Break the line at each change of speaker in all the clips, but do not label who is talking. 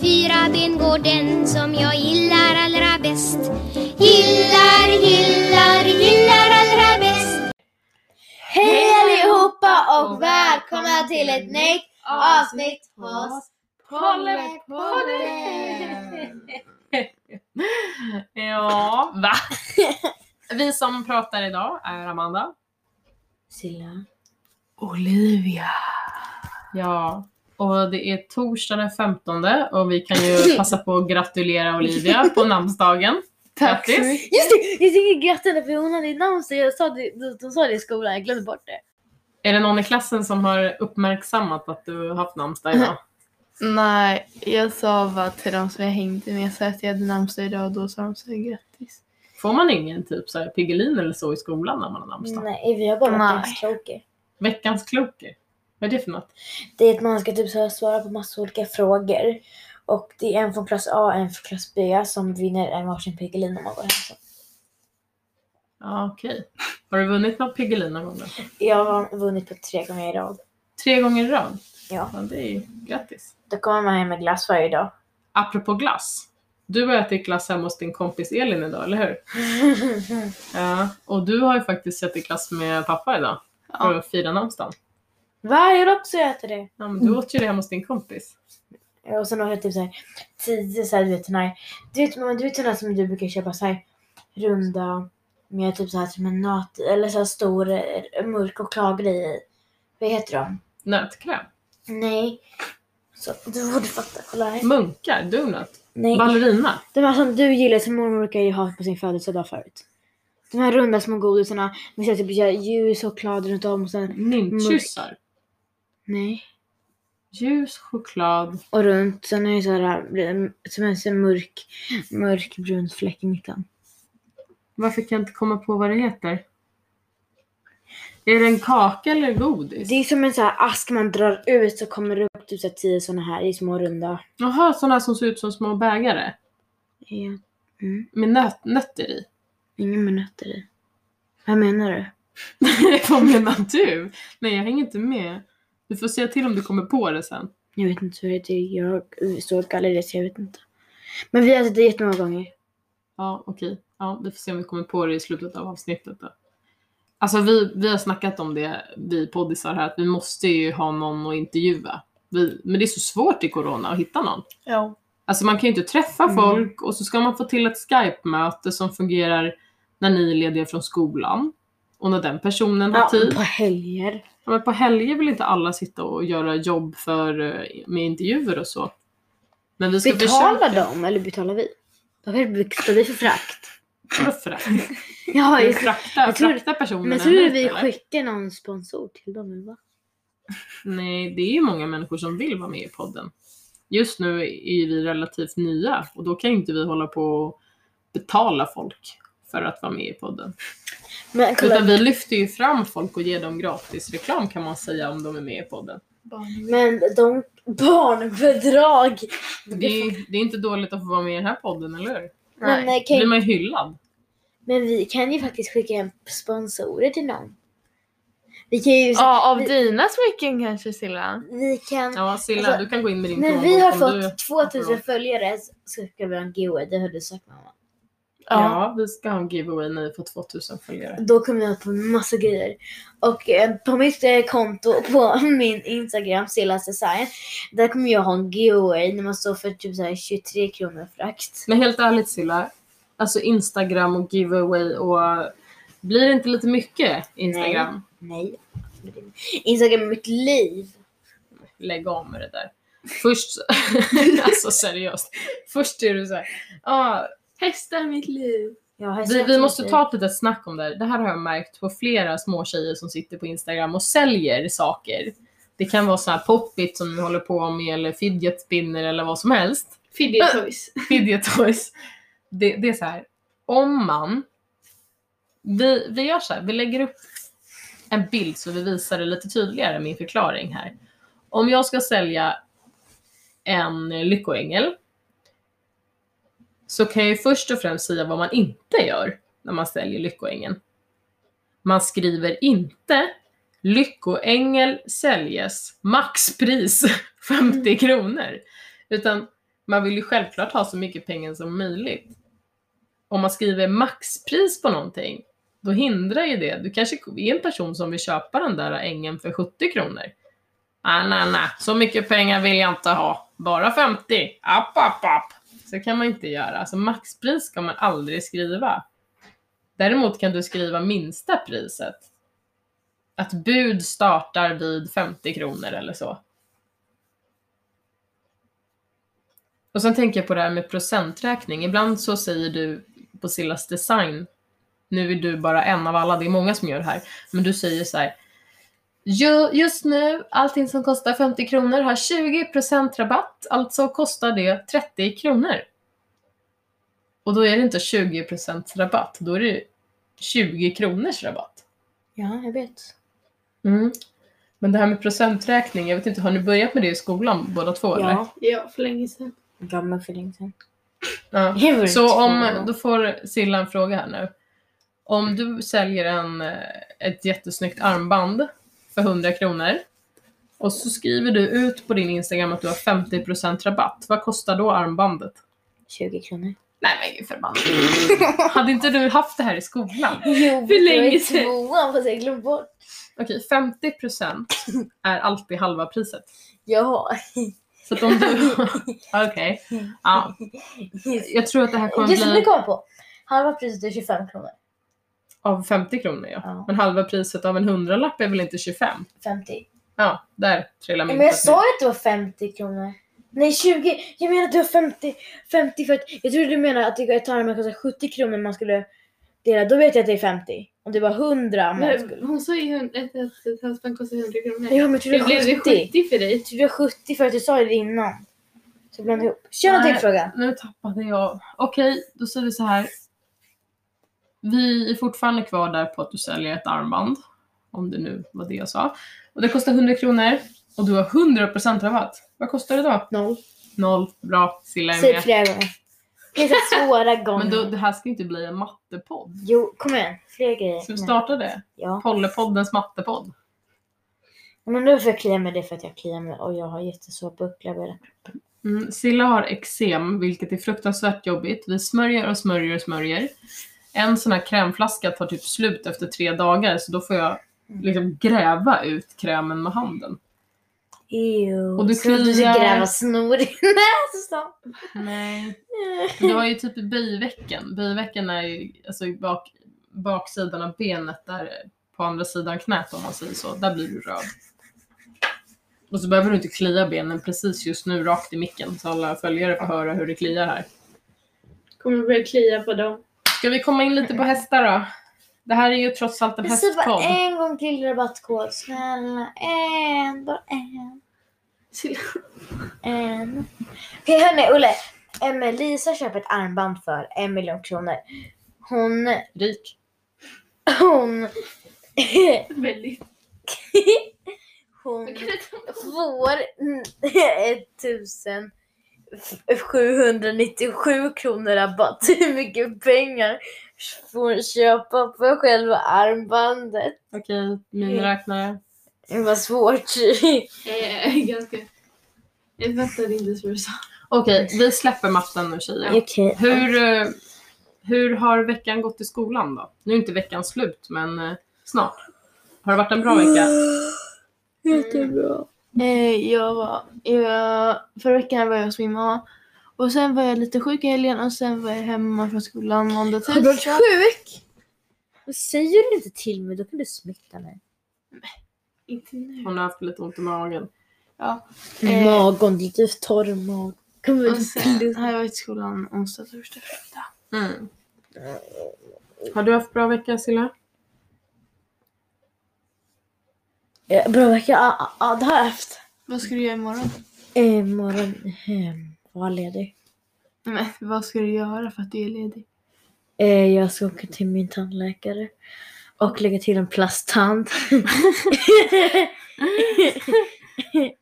fyra ben går den som jag gillar allra bäst. Gillar, gillar, gillar allra bäst.
Hej allihopa och välkomna till ett nytt avsnitt hos Pollepodden.
Ja, va? Vi som pratar idag är Amanda.
Silla.
Olivia. Ja, och det är torsdag den 15 och vi kan ju passa på att gratulera Olivia på namnsdagen.
Tack så
Grattis.
mycket.
Just det! Jag tänkte gratta henne för hon hade ett namn så jag sa det, de, de sa det i skolan, jag glömde bort det.
Är det någon i klassen som har uppmärksammat att du har haft namnsdag idag?
Nej, jag sa bara till de som jag hängde med så att jag hade namnsdag idag och då sa de så här, grattis.
Får man ingen typ så här Piggelin eller så i skolan när man har namnsdag?
Nej, vi har bara
Nej.
varit kloker.
Veckans kloker. Vad är det för något?
Det är att man ska typ så här svara på massa olika frågor. Och det är en från klass A och en från klass B som vinner en varsin Piggelin om man går hem sen.
Ja, okej. Har du vunnit något Piggelin någon gång? då?
Jag har vunnit på tre gånger i rad.
Tre gånger i rad?
Ja.
ja det är ju grattis.
Då kommer man hem med glass varje dag.
Apropå glass. Du har ätit glass hemma hos din kompis Elin idag, eller hur? Ja. Och du har ju faktiskt ätit glass med pappa idag. För
Ja.
att fira namnsdagen.
varje dag också äter det.
Ja, men du åt ju det hemma hos din kompis.
Ja, Och sen har jag typ såhär tio såhär du vet såna här, du vet, men du vet såna här som du brukar köpa såhär runda med typ såhär som en nat eller såhär stor eh, mörk chokladgrej i. Vad heter de?
Nötkräm.
Nej. Så, du borde fatta, kolla här.
Munkar. Donut.
Nej.
Ballerina.
De här som du gillar som mormor brukar ju ha på sin födelsedag förut. De här runda små godisarna med såhär typ såhär ljus choklad runt om och sen,
Nymfkyssar.
nej.
Ljus choklad.
Och runt, sen är det såhär som en sån mörk, mörkbrun fläck i mitten.
Varför kan jag inte komma på vad det heter? Är det en kaka eller godis?
Det är som en sån här ask man drar ut så kommer det upp typ så här tio såna här i små runda.
Jaha, sådana som ser ut som små bägare.
Ja. Mm.
Med nöt, nötter i.
Ingen med nötter i. Vad menar du?
vad menar du? Nej, jag hänger inte med. Du får säga till om du kommer på det sen.
Jag vet inte hur det heter. Jag såg galleri så jag vet inte. Men vi har ätit det jättemånga gånger.
Ja, okej. Ja, vi får se om vi kommer på det i slutet av avsnittet då. Alltså vi, vi har snackat om det, vi poddisar här, att vi måste ju ha någon att intervjua. Vi, men det är så svårt i corona att hitta någon.
Ja.
Alltså man kan ju inte träffa
Mm.
folk och så ska man få till ett Skype-möte som fungerar när ni är lediga från skolan. Och när den personen har
Ja,
tid.
på helger.
Ja, men på helger vill inte alla sitta och göra jobb för, eh, med intervjuer och så. Men vi ska
Betalar
försöka.
de eller betalar vi? Då betalar vi för frakt.
Vadå frakt?
Ja,
Ska vi
just det.
Frakta,
Jag tror-
frakta personerna
Men tror du
hit,
vi
eller?
skickar någon sponsor till dem eller vad?
Nej, det är ju många människor som vill vara med i podden. Just nu är vi relativt nya och då kan ju inte vi hålla på och betala folk för att vara med i podden.
Men
Utan
kolla.
vi lyfter ju fram folk och ger dem gratis reklam kan man säga om de är med i podden.
Men de barnbedrag.
Det är, det är inte dåligt att få vara med i den här podden, eller hur?
Men, eh,
Då
kan
blir man ju hyllad.
Men vi kan ju faktiskt skicka hem sponsorer till någon. Vi kan ju...
Ja, av dina smycken kanske Silla?
Vi kan...
Ja, Silla,
Alltså,
du kan gå in med din
när
plånbok
vi har
om
fått
du...
2000 följare så ska vi ha en giveaway, det har du sagt mamma.
Ja, vi ska ha en giveaway när vi får 2000 följare.
Då kommer vi ha på massa grejer. Och eh, på mitt eh, konto på min Instagram, Sillas design, där kommer jag ha en giveaway när man står för typ så här 23 kronor frakt.
Men helt ärligt Silla, alltså Instagram och giveaway och blir det inte lite mycket Instagram?
Nej. Instagram är mitt liv.
Lägg av med det där. Först, alltså seriöst, först är du såhär, ah, hästar är mitt liv.
Jag har
Vi,
sett
vi måste
mitt
ta ett litet snack om det här. Det här har jag märkt på flera små tjejer som sitter på Instagram och säljer saker. Det kan vara sådana här poppit som vi håller på med eller fidget spinner eller vad som helst.
Fidget toys.
fidget toys. Det, det är så här. om man... Vi, vi gör så här, vi lägger upp en bild så vi visar det lite tydligare, min förklaring här. Om jag ska sälja en lyckoängel så kan jag ju först och främst säga vad man inte gör när man säljer lyckoängeln. Man skriver inte lyckoängel säljes maxpris 50 kronor. Utan Man vill ju självklart ha så mycket pengar som möjligt. Om man skriver maxpris på någonting, då hindrar ju det. Du kanske är en person som vill köpa den där ängen för 70 kronor. Ah, nej, nej, så mycket pengar vill jag inte ha. Bara 50. App, app, app. Så kan man inte göra. Alltså maxpris ska man aldrig skriva. Däremot kan du skriva minsta priset. Att bud startar vid 50 kronor eller så. Och sen tänker jag på det här med procenträkning. Ibland så säger du på Sillas design, nu är du bara en av alla, det är många som gör det här, men du säger så här. "Ju- Just nu, allting som kostar 50 kronor har 20% rabatt, alltså kostar det 30 kronor. Och då är det inte 20% rabatt, då är det 20 kronors rabatt.
Ja, jag vet.
Mm. Men det här med procenträkning, jag vet inte, har ni börjat med det i skolan båda två eller?
Ja,
Ja, för länge sedan.
gammal för länge sedan.
Ja.
Det var
Så
två
om,
år.
då får Silla en fråga här nu. Om du säljer en, eh, ett jättesnyggt armband för 100 kronor och så skriver du ut på din Instagram att du har 50% rabatt, vad kostar då armbandet?
20 kronor.
Nej men gud förbannat. Hade inte du haft det här i skolan?
Jo,
För länge sedan.
tvåan fast jag glömde bort.
Okej, 50% är alltid halva priset.
Ja.
Så att om du... Okej. Ja. Jag tror att det här kommer
Just det, nu
bli
kom jag på. Halva priset är 25 kronor.
av 50 kronor ja.
Ja.
Men halva priset av en hundralapp är väl inte 25?
50.
Ja, där trillar min
Men jag
fot
sa
ner.
ju att det var 50 kronor. Nej 20, jag menar att det var 50, 50 för att jag trodde du menade att det går ett tarmar kostar 70 kronor man skulle dela, då vet jag att det är 50. Om det var 100 man skulle.
Men hon sa ju hund- ett- ett ett halsband kostar 100 kronor.
Ja men jag trodde
det blev
det
det
var 70.
70 för dig.
Jag trodde det var 70 för att du sa det innan. Så jag blandade ihop. Kör en
Nej.
till fråga.
Nu tappade jag. Okej, då säger vi så här. Vi är fortfarande kvar där på att du säljer ett armband. Om det nu var det jag sa. Och det kostar 100 kronor. Och du har 100% rabatt. Vad kostar det då?
Noll.
Noll. Bra. Silla är
Säg
med.
flera gånger. Det är så svåra gånger.
Men då, det här ska inte bli en mattepodd.
Jo, kom igen. Fler grejer.
Ska vi starta det?
Ja.
Pollepoddens mattepodd.
Men nu får jag klia mig det är för att jag kliar mig och jag har jättesvår buckla.
Mm, Silla har eksem, vilket är fruktansvärt jobbigt. Vi smörjer och smörjer och smörjer. En sån här krämflaska tar typ slut efter tre dagar, så då får jag liksom gräva ut krämen med handen.
Ew.
Och du
Så att Du ska
kliar-
gräva snor i näsan.
Nej.
Eh,
Du har ju typ böjvecken. Böjvecken är ju alltså i bak, baksidan av benet, där på andra sidan knät om man säger så. Där blir du röd. Och så behöver du inte klia benen precis just nu rakt i micken, så alla följare får höra hur det kliar här.
Kommer börja klia på dem.
Ska vi komma in lite på hästar då? Det här är ju trots allt en
Jag säger bara
hästpodd.
en gång till rabattkod. Snälla, en, bara en, en. Okej hörni, Olle. Em, Lisa köper ett armband för en miljon kronor. Hon,
Rik.
hon,
Väldigt.
hon får mm, 1797 kronor rabatt. Hur mycket pengar får hon köpa på själva armbandet?
Okej, min räknare.
Det var svårt.
Eh, ganska. Jag fattade inte så vad du sa.
Okej, vi släpper matten nu tjejer.
Okej.
Hur, eh, hur har veckan gått i skolan då? Nu är inte veckan slut, men eh, snart. Har det varit en bra vecka?
Jättebra. Eh, jag var, jag, förra veckan var jag hos min mamma. Och sen var jag lite sjuk i helgen och sen var jag hemma från skolan måndag,
Har du varit
tisdag.
sjuk? Vad säger du inte till mig, då kan du smitta mig.
Inte nu.
Hon har haft lite ont i magen.
Ja.
Mm.
Eh.
Magen, lite torr mag. Alltså. Kommer
Och sen
du
har jag varit i skolan onsdag, torsdag, fredag.
Mm. Har du haft bra vecka Silla?
Eh, Bra vecka, ja ah, ah, det har jag haft.
Vad ska du göra imorgon?
Eh, Imorgon ehm, var jag ledig.
Nej, men vad ska du göra för att du är ledig?
Eh, jag ska åka till min tandläkare och lägga till en plasttand.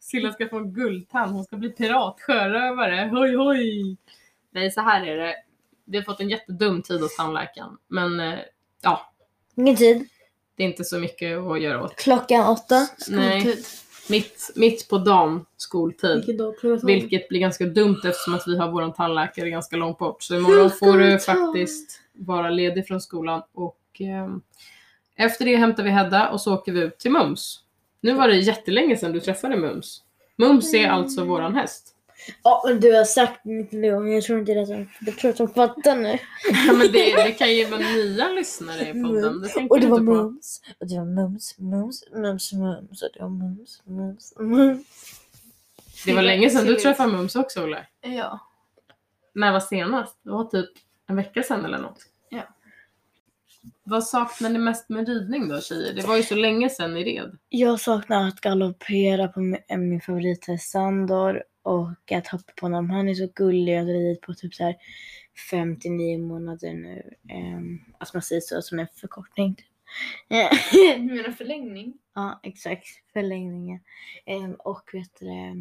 Silla ska få en guldtand, hon ska bli pirat, sjörövare, hoj hoj! Nej, så här är det. Vi har fått en jättedum tid hos tandläkaren, men eh, ja,
Ingen tid.
det är inte så mycket att göra åt.
Klockan åtta.
Nej.
Skoltid.
mitt, mitt på dagen, skoltid.
Vilken dag
alltså-
pluggar du?
Vilket blir ganska dumt eftersom att vi har vår tandläkare ganska långt bort. Så imorgon får du faktiskt vara ledig från skolan. Och ehm, efter det hämtar vi Hedda och så åker vi ut till Mums. Nu var det jättelänge sedan du träffade Mums. Mums
Mm.
är alltså våran häst.
Ja, men du har sagt mitt gånger, jag tror inte det. Som, jag tror att de fattar nu.
Ja, men det, det kan ju vara nya lyssnare i podden. Det tänker
Mm. Och det
vi
var
inte på.
mums. Och det var mums, mums, mums, mums. Och det var mums, mums, mums.
Det var länge sedan du
Absolut.
träffade Mums också Olle.
Ja.
När var senast? Det var typ en vecka sedan eller något.
Ja.
Vad saknar ni mest med ridning då tjejer? Det var ju så länge sedan ni red.
Jag saknar att galoppera på min, eh, min favorithäst Sandor och att hoppa på honom. Han är så gullig. Jag har ridit på typ så här 59 månader nu. Um, alltså man säger så som en förkortning. typ. Eh,
Du menar förlängning?
ja, exakt. Förlängningen. Ehm, och vet du det,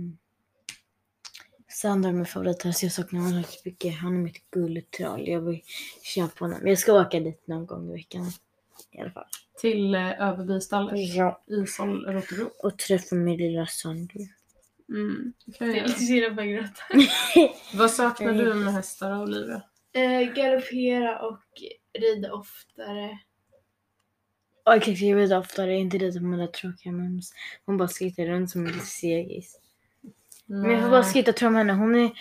Sandor är min favorithäst. Jag saknar honom så mycket. Han är mitt gulltroll. Jag vill köpa honom. Jag ska åka dit någon gång i veckan. I alla fall.
Till eh, Överbystallet
Ja.
i Sol Rotebro.
Och träffa min lilla Sandor.
Mm, det kan jag
Jag är
göra.
intresserad av att gråta.
Vad saknar
Mm.
du med hästar och Olivia?
Eh, galoppera och rida oftare.
Och jag kanske vet oftare, inte det som den där tråkiga mums. Hon bara skrittar runt som en liten segis. Men jag får bara skritta tro om henne. Hon är...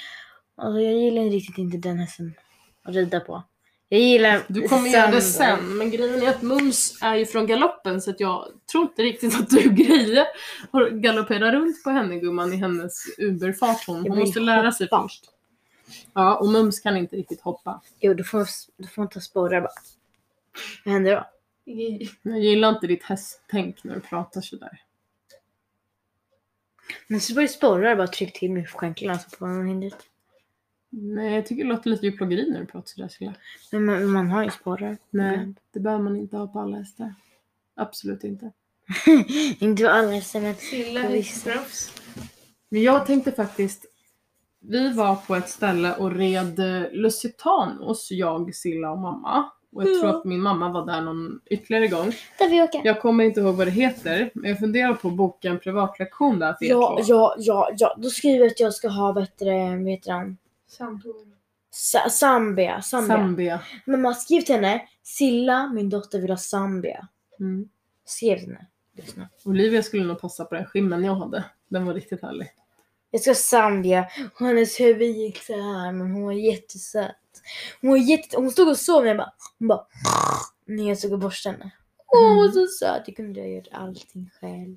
Alltså jag gillar riktigt inte den hästen att rida på. Jag gillar
Du kommer göra det
Sandor.
sen, men grejen är att Mums är ju från galoppen så att jag tror inte riktigt att du grejer att galoppera runt på henne gumman i hennes uberfart. Hon, hon
Jag vill
måste lära sig
hoppa.
först. Ja, och Mums kan inte riktigt hoppa.
Jo, du får, du får inte sporra bara. Vad händer då?
Jag gillar inte ditt hästtänk när du pratar sådär.
Men så börjar jag sporra bara tryck till mig på skänkeln alltså på hindret.
Nej, jag tycker det låter lite djurplågeri när du pratar sådär Cilla.
Men man, man har ju sporrar. Mm.
Nej, det behöver man inte ha på alla hästar. Absolut inte.
inte på alla hästar men
Silla
Visst.
hästproffs.
Men jag tänkte faktiskt, vi var på ett ställe och red eh, Lusitanos, jag, Silla och mamma. Och jag
Ja.
tror att min mamma var där någon ytterligare gång.
där vi åker.
Jag kommer inte ihåg vad det heter, men jag funderar på att boka en privatlektion där för er
Ja,
två.
ja, ja, ja. Då skriver jag att jag ska ha bättre, vad heter han?
Samtal.
Sa- Zambia, Zambia.
Zambia.
Men man skrev till henne, Silla, min dotter vill ha Zambia.
Mm.
Skrev till henne. Lyssna.
Olivia skulle nog passa på den skimmen jag hade. Den var riktigt härlig.
Jag ska ha Zambia. Och hennes huvud gick så här, men hon var jättesöt. Hon, var jätte... hon stod och sov, men jag bara... Hon bara... När jag stod och borstade henne. Åh,
Mm.
så söt. Jag kunde ha gjort allting själv.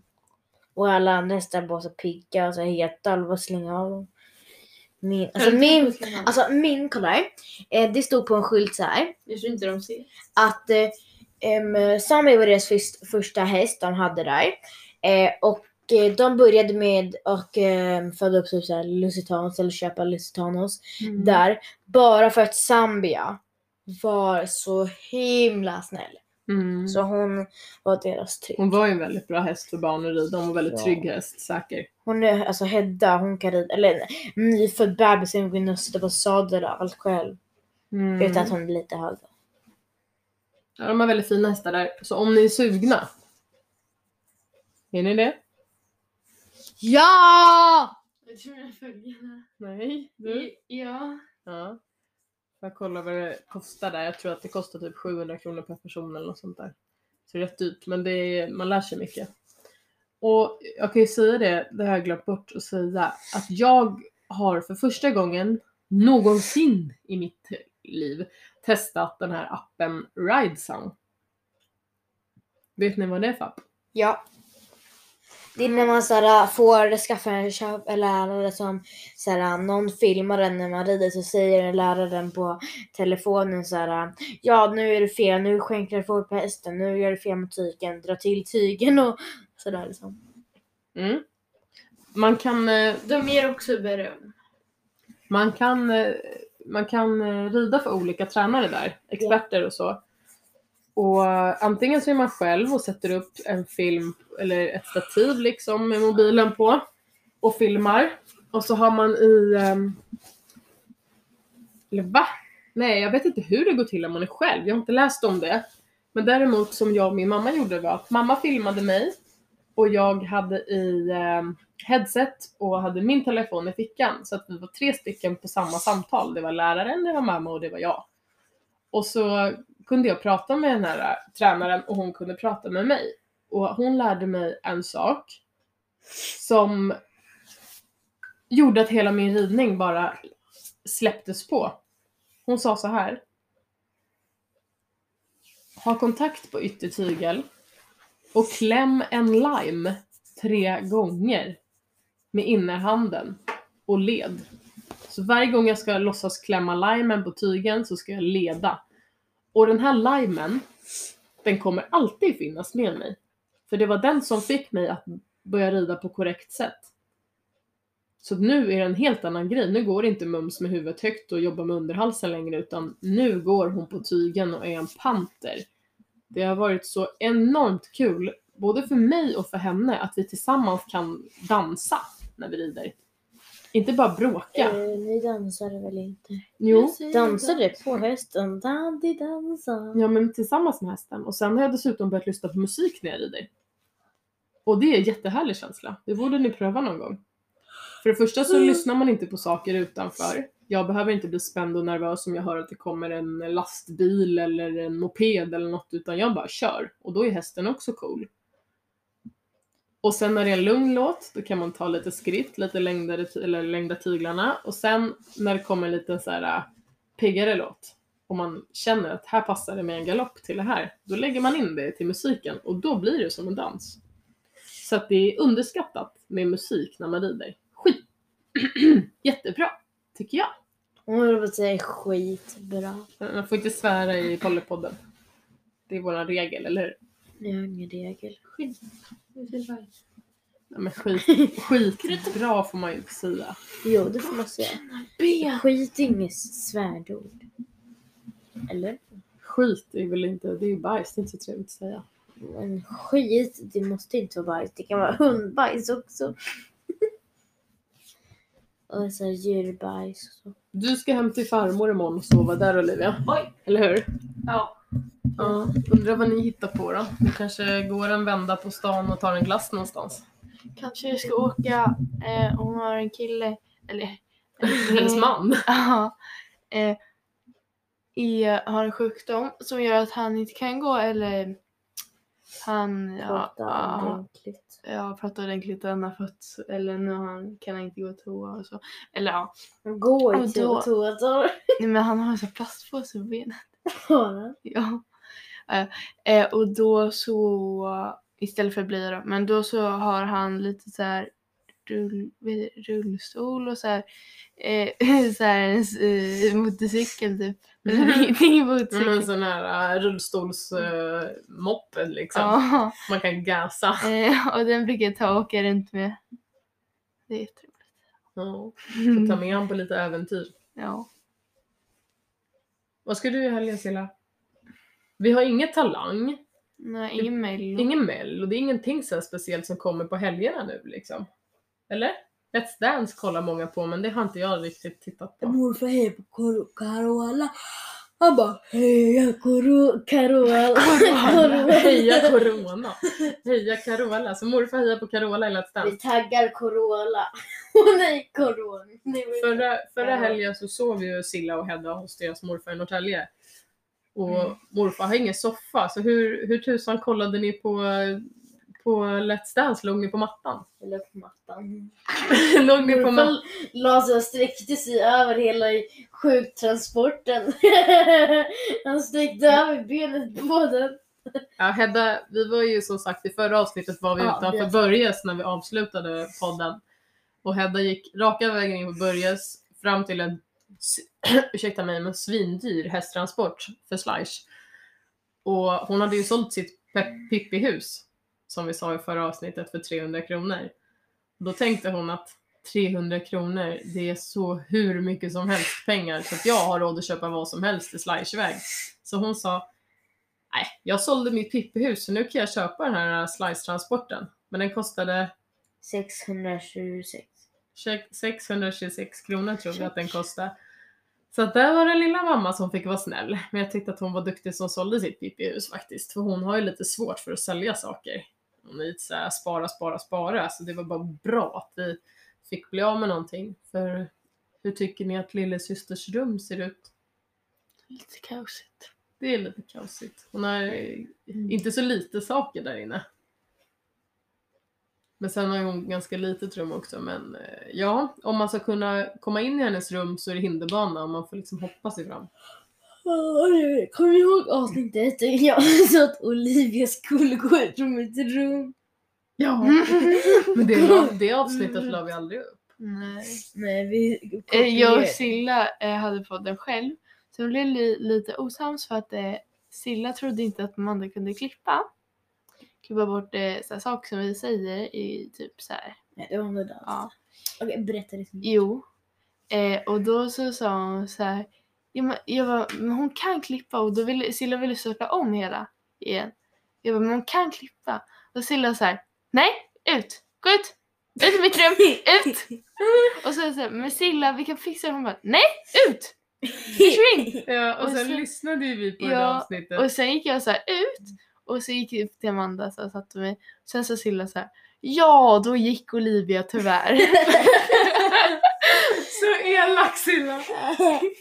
Och alla andra hästar var så pigga och så heta. Alla bara slänga av dem. Min, alltså min, alltså min, kolla här. Eh, det stod på en skylt så här.
Jag tror inte de ser.
att eh, em, Sami var deras först, första häst de hade där. Eh, och eh, de började med att eh, föda upp typ såhär Lusitanos eller köpa Lusitanos
Mm.
där. Bara för att Zambia var så himla snäll.
Mm.
Så hon var deras typ. trygg.
Hon var ju en väldigt bra häst för barn att rida. Hon var väldigt
Ja.
trygg häst, säker.
Hon är alltså Hedda, hon kan rida, eller en nyfödd bebis, hon kan nusta på sadel och allt själv.
Mm.
Utan att hon är lite hög.
Ja, de har väldigt fina hästar där. Så om ni är sugna. Är ni det?
Ja!
Jag tror mina följare.
Nej.
Ja.
Ja. Jag kollar vad det kostar där. Jag tror att det kostar typ 700 kronor per person eller något sånt där. Så det är rätt dyrt, men det är, man lär sig mycket. Och jag kan ju säga det, det har jag glömt bort att säga, att jag har för första gången någonsin i mitt liv testat den här appen Ridesound. Vet ni vad det är för app?
Ja. Det är när man såhär, får skaffa en köp, en lärare som såhär, någon filmar en när man rider så säger läraren på telefonen såhär Ja nu är det fel, nu skänker du folk på hästen, nu gör du fel med tygen, dra till tygen och sådär liksom.
Mm. Man kan eh,
De ger också beröm.
Man kan, eh, man kan eh, rida för olika tränare där, experter och så. Och eh, antingen så är man själv och sätter upp en film eller ett stativ liksom med mobilen på och filmar. Och så har man i... ehm, Eller va? Nej, jag vet inte hur det går till om man är själv. Jag har inte läst om det. Men däremot som jag och min mamma gjorde var att mamma filmade mig Och jag hade i eh, headset och hade min telefon i fickan. Så att vi var tre stycken på samma samtal. Det var läraren, det var mamma och det var jag. Och så kunde jag prata med den här eh, tränaren och hon kunde prata med mig. Och hon lärde mig en sak som gjorde att hela min ridning bara släpptes på. Hon sa så här. Ha kontakt på yttertygel och kläm en lime tre gånger med innerhanden och led. Så varje gång jag ska låtsas klämma limen på tygen så ska jag leda. Och den här limen, den kommer alltid finnas med mig. För det var den som fick mig att börja rida på korrekt sätt. Så nu är det en helt annan grej. Nu går inte Mums med huvudet högt och jobbar med underhalsen längre utan nu går hon på tygen och är en panter. Det har varit så enormt kul, både för mig och för henne, att vi tillsammans kan dansa när vi rider. Inte bara bråka.
Eh, ni dansade väl inte?
Jo.
Dansade på hästen? Dandy dansa.
Ja, men tillsammans med hästen. Och sen har jag dessutom börjat lyssna på musik när jag rider. Och det är en jättehärlig känsla. Det borde ni pröva någon gång. För det första så lyssnar man inte på saker utanför. Jag behöver inte bli spänd och nervös om jag hör att det kommer en lastbil eller en moped eller något, utan jag bara kör. Och då är hästen också cool. Och sen när det är en lugn låt, då kan man ta lite skritt, lite längdare, ty- eller längda tyglarna. Och sen när det kommer en liten så här äh, piggare låt, om man känner att här passar det med en galopp till det här, då lägger man in det till musiken och då blir det som en dans. Så att det är underskattat med musik när man rider. Skit! Jättebra, tycker jag.
Hon höll på att säga skitbra.
Man får inte svära i Pollypodden. Det är vår regel, eller hur?
Jag har ingen regel. Skit.
Nej, men skit, skitbra får man ju inte säga.
Jo, det får man säga.
Ben!
Skit är inget svärdord. Eller?
Skit är väl inte, det är ju bajs, det är inte så trevligt att säga.
Men skit, det måste inte vara bajs. Det kan vara hundbajs också. och så djurbajs. och så.
Du ska hem till farmor imorgon och sova där Olivia.
Oj!
Eller hur?
Ja.
Ja, undrar vad ni hittar på då? Ni kanske går en vända på stan och tar en glass någonstans?
Kanske jag ska åka, eh, hon har en kille, eller... Mm.
Hennes man?
Ja. Eh, i, har en sjukdom som gör att han inte kan gå eller han ja,
Prata
ja,
ordentligt.
ja, pratar ordentligt och han har fått eller nu har han, kan han inte gå på toa och så. Eller ja,
Gå
Och
i tur
då-
och tur och tur.
Nej, men han har en sån här plastpåse på benen.
Ja.
Ja. Eh, Eh, och då så istället för blöja då, men då så har han lite så här rull, vad heter det, rullstol och så här, eh, så här en s- eh, motorcykel typ. Eller inte
Som Mm, en
motorcykel.
sån här rullstolsmoppen liksom.
Ja.
Man kan gasa.
Eh, och den brukar jag ta och åka runt med. Det är
Ja.
jätteroligt.
Ta med honom på lite äventyr.
Ja.
Vad ska du i helgen Cilla? Vi har inget talang,
Nej, ingen mello.
ingen mell och det är ingenting så här speciellt som kommer på helgerna nu liksom. Eller? Let's Dance kollar många på men det har inte jag riktigt tittat på.
Morfar hejar på Karo- Carola. Han bara heja Karo- Carola. Carola.
Heja Corona! Heja Carola! Så morfar hejar på Carola i Let's Dance.
Vi taggar Carola. Åh nej, Corona. Nej, men-
Förra, förra
Ja.
helgen så sov ju Silla och Hedda hos deras morfar i Norrtälje. Och
Mm.
morfar har ingen soffa, så hur, hur tusan kollade ni på, på Let's Dance? Låg ni på mattan?
Jag la på mattan.
Låg ni på mattan?
Morfar la sig och sträckte sig över hela sjuktransporten. Han sträckte över benet på den.
Ja, Hedda, vi var ju som sagt i förra avsnittet var vi
Ja,
utanför
det-
Börjes när vi avslutade podden. Och Hedda gick raka vägen in på Börjes fram till en, s- ursäkta mig, men svindyr hästtransport för Slice. Och hon hade ju sålt sitt Pe- Pippi-hus, som vi sa i förra avsnittet, för 300 kronor. Då tänkte hon att 300 kronor, det är så hur mycket som helst pengar så att jag har råd att köpa vad som helst i Slice-väg. Så hon sa, nej, jag sålde mitt Pippi-hus så nu kan jag köpa den här Slice-transporten. Men den kostade
626.
626 kronor tror vi att den kostade. Så att där var den lilla mamma som fick vara snäll. Men jag tyckte att hon var duktig som sålde sitt Pippi-hus faktiskt. För hon har ju lite svårt för att sälja saker. Hon är lite så här, spara, spara, spara. Så det var bara bra att vi fick bli av med någonting. För hur tycker ni att lillasysters rum ser ut?
Lite kaosigt.
Det är lite kaosigt. Hon har eh, inte så lite saker där inne. Men sen har ju hon ganska litet rum också. Men eh, ja, om man ska kunna komma in i hennes rum så är det hinderbana och man får liksom hoppa sig fram.
Kommer du ihåg avsnittet där jag sa att Olivia skulle gå ut från mitt rum?
Ja, men det, la- det avsnittet la vi aldrig upp.
Nej.
Nej, vi...
Eh, Jag och Silla eh, hade podden själv. Så det blev li- lite osams för att eh, Silla trodde inte att Amanda kunde klippa. Klippa bort eh, så här, saker som vi säger i typ så här.
Nej, det var om det dans.
Ja.
Okej, berätta det. som-
Jo. Eh, och då så sa hon så här. Jag, bara, jag bara, men hon kan klippa och då ville Silla ville starta om hela igen. Jag bara, men hon kan klippa. Och Silla så här. Nej, ut, gå ut, ut ur mitt rum, ut. Och så är jag så här, men Silla vi kan fixa det. Hon bara, nej, ut, försvinn.
Ja, och
Och
sen
sen-
lyssnade ju vi på det
Ja,
avsnittet.
Och sen gick jag så här ut och så gick jag upp till Amanda så här, satte mig. Sen så Silla så här. Ja, då gick Olivia tyvärr.
Så elak Silla!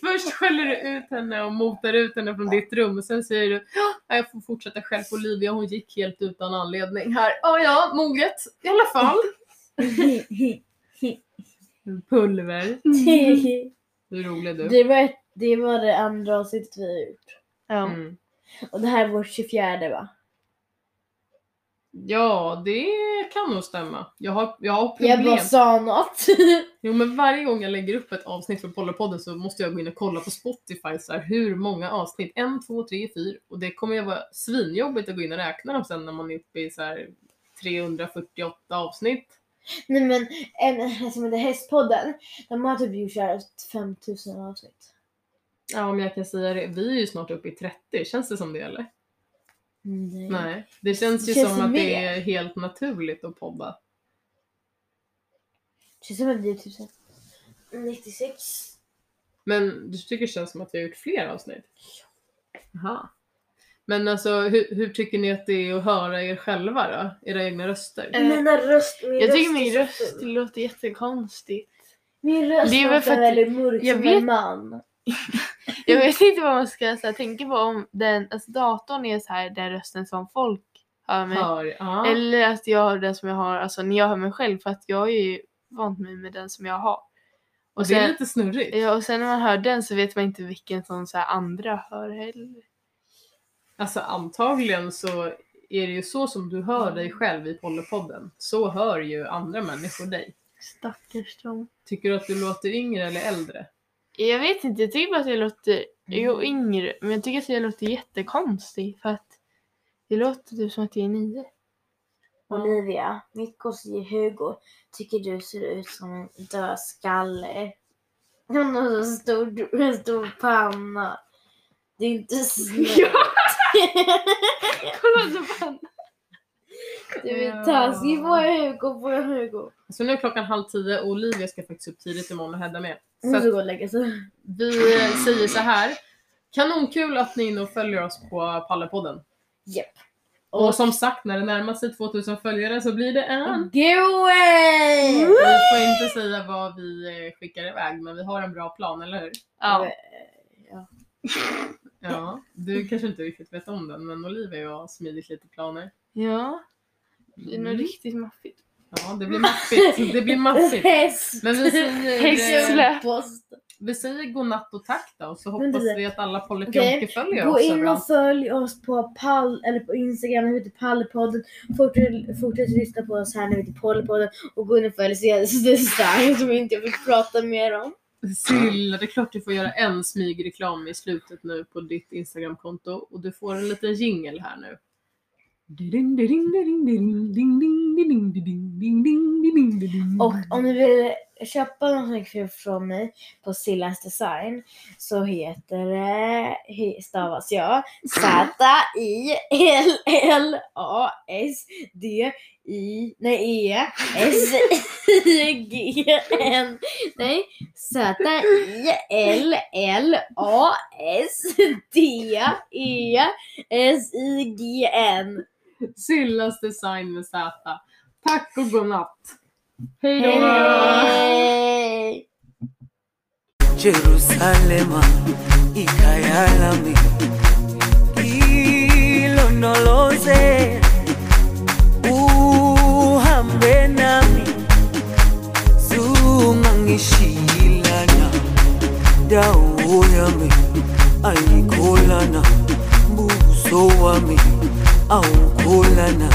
Först skäller du ut henne och motar ut henne från ditt rum och sen säger du "Ja, jag får fortsätta själv på Olivia, hon gick helt utan anledning här. Ja, ja, moget i alla fall. Pulver. Hur rolig är du?
det, var ett, det var det andra avsnittet vi har gjort.
ja.
Mm.
Och det här är vårt 24 va?
Ja, det kan nog stämma. Jag har, jag har
Jag
problem.
bara sa något.
Jo, men varje gång jag lägger upp ett avsnitt för Pollarpodden så måste jag gå in och kolla på Spotify så här, hur många avsnitt. En, två, tre, fyra. Och det kommer ju vara svinjobbigt att gå in och räkna dem sen när man är uppe i så här 348 avsnitt.
Nej men en som heter Hästpodden, de har typ gjort såhär 5000 avsnitt.
Ja, om jag kan säga det. Vi är ju snart uppe i 30. Känns det som det eller?
Nej.
Nej. Det känns ju
Känns
som
det
att det
mer?
är helt naturligt att podda.
Känns som att vi är typ såhär 96.
Men du tycker det känns som att vi har gjort fler avsnitt? Jaha. Men alltså, hur, hur tycker ni att det är att höra er själva då? Era egna röster?
Eh,
Mina röst, min
Jag
röst
tycker
är
min
så
röst
ful.
låter jättekonstig.
Min röst
Det är väl för
låter
att-
väldigt mörk
jag
som
vet-
en man.
Jag vet inte vad man ska så här, tänka på om den, alltså, datorn är så här den rösten som folk hör mig.
Hör, ja.
Eller att jag har den som jag har, alltså när jag hör mig själv för att jag är ju vant mig med den som jag har.
Och
Och
det är
sen,
lite snurrigt.
ja, och sen när man hör den så vet man inte vilken som så här, andra hör heller.
Alltså antagligen så är det ju så som du hör dig själv i Pollepodden. Så hör ju andra människor dig.
Stackars dem.
Tycker du att du låter yngre eller äldre?
Jag vet inte, jag tycker bara att jag låter, jo yngre, men jag tycker att jag låter jättekonstig för att det låter typ som att jag är nio.
Olivia, mitt gosse Hugo tycker du ser ut som en dödskalle. Hon har så stor, en stor panna. Det är inte snällt.
Kolla så fan.
Du är taskig på Hugo, på Hugo.
Så Alltså, nu är klockan halv tio och Olivia ska faktiskt upp tidigt imorgon och Hedda med.
Hon
Så
ska
att
gå och lägga sig.
vi eh, säger så här. Kanonkul att ni är inne och följer oss på Pallepodden.
Japp.
Och som sagt, när det närmar sig 2000 följare så blir det
Mm.
en.
Giveaway!
Vi får inte säga vad vi eh, skickar iväg, men vi har en bra plan, eller hur?
Ja.
Ja, du kanske inte riktigt vet om den, men Olivia och jag har smidigt lite planer.
Ja. Det är nog
Mm.
riktigt maffigt.
Ja, det blir maffigt. Det blir maffigt.
Häst!
Men vi säger, eh,
Hästsläpp.
Post.
vi säger godnatt och tack då, och så
Men
hoppas
du-
vi att alla polyfjonker följer
Gå
oss
in
överallt.
och följ oss på pall, eller på Instagram, vi heter Pallpodden. Fortsätt, fortsätt lyssna på oss här när vi heter Pollpodden. Och gå in och följ Celias design som inte jag vill prata mer om.
Silla, det är klart du får göra en smygreklam i slutet nu på ditt Instagramkonto och du får en liten jingel här nu.
Och
Mm.
om ni vill köpa någonting kul från mig på Sillas design så heter det, he- stavas jag Z-I-L-L-A-S-D-I, nej E-S-I-G-N, nej Z-I-L-L-A-S-D-E-S-I-G-N.
Sillas design med Z. Tack och godnatt. Hej då!
Hej!
Jerusalema ikayalami ilonoloze uhambe nami zungangishilana dawo yami ayikholana buso wami awukholana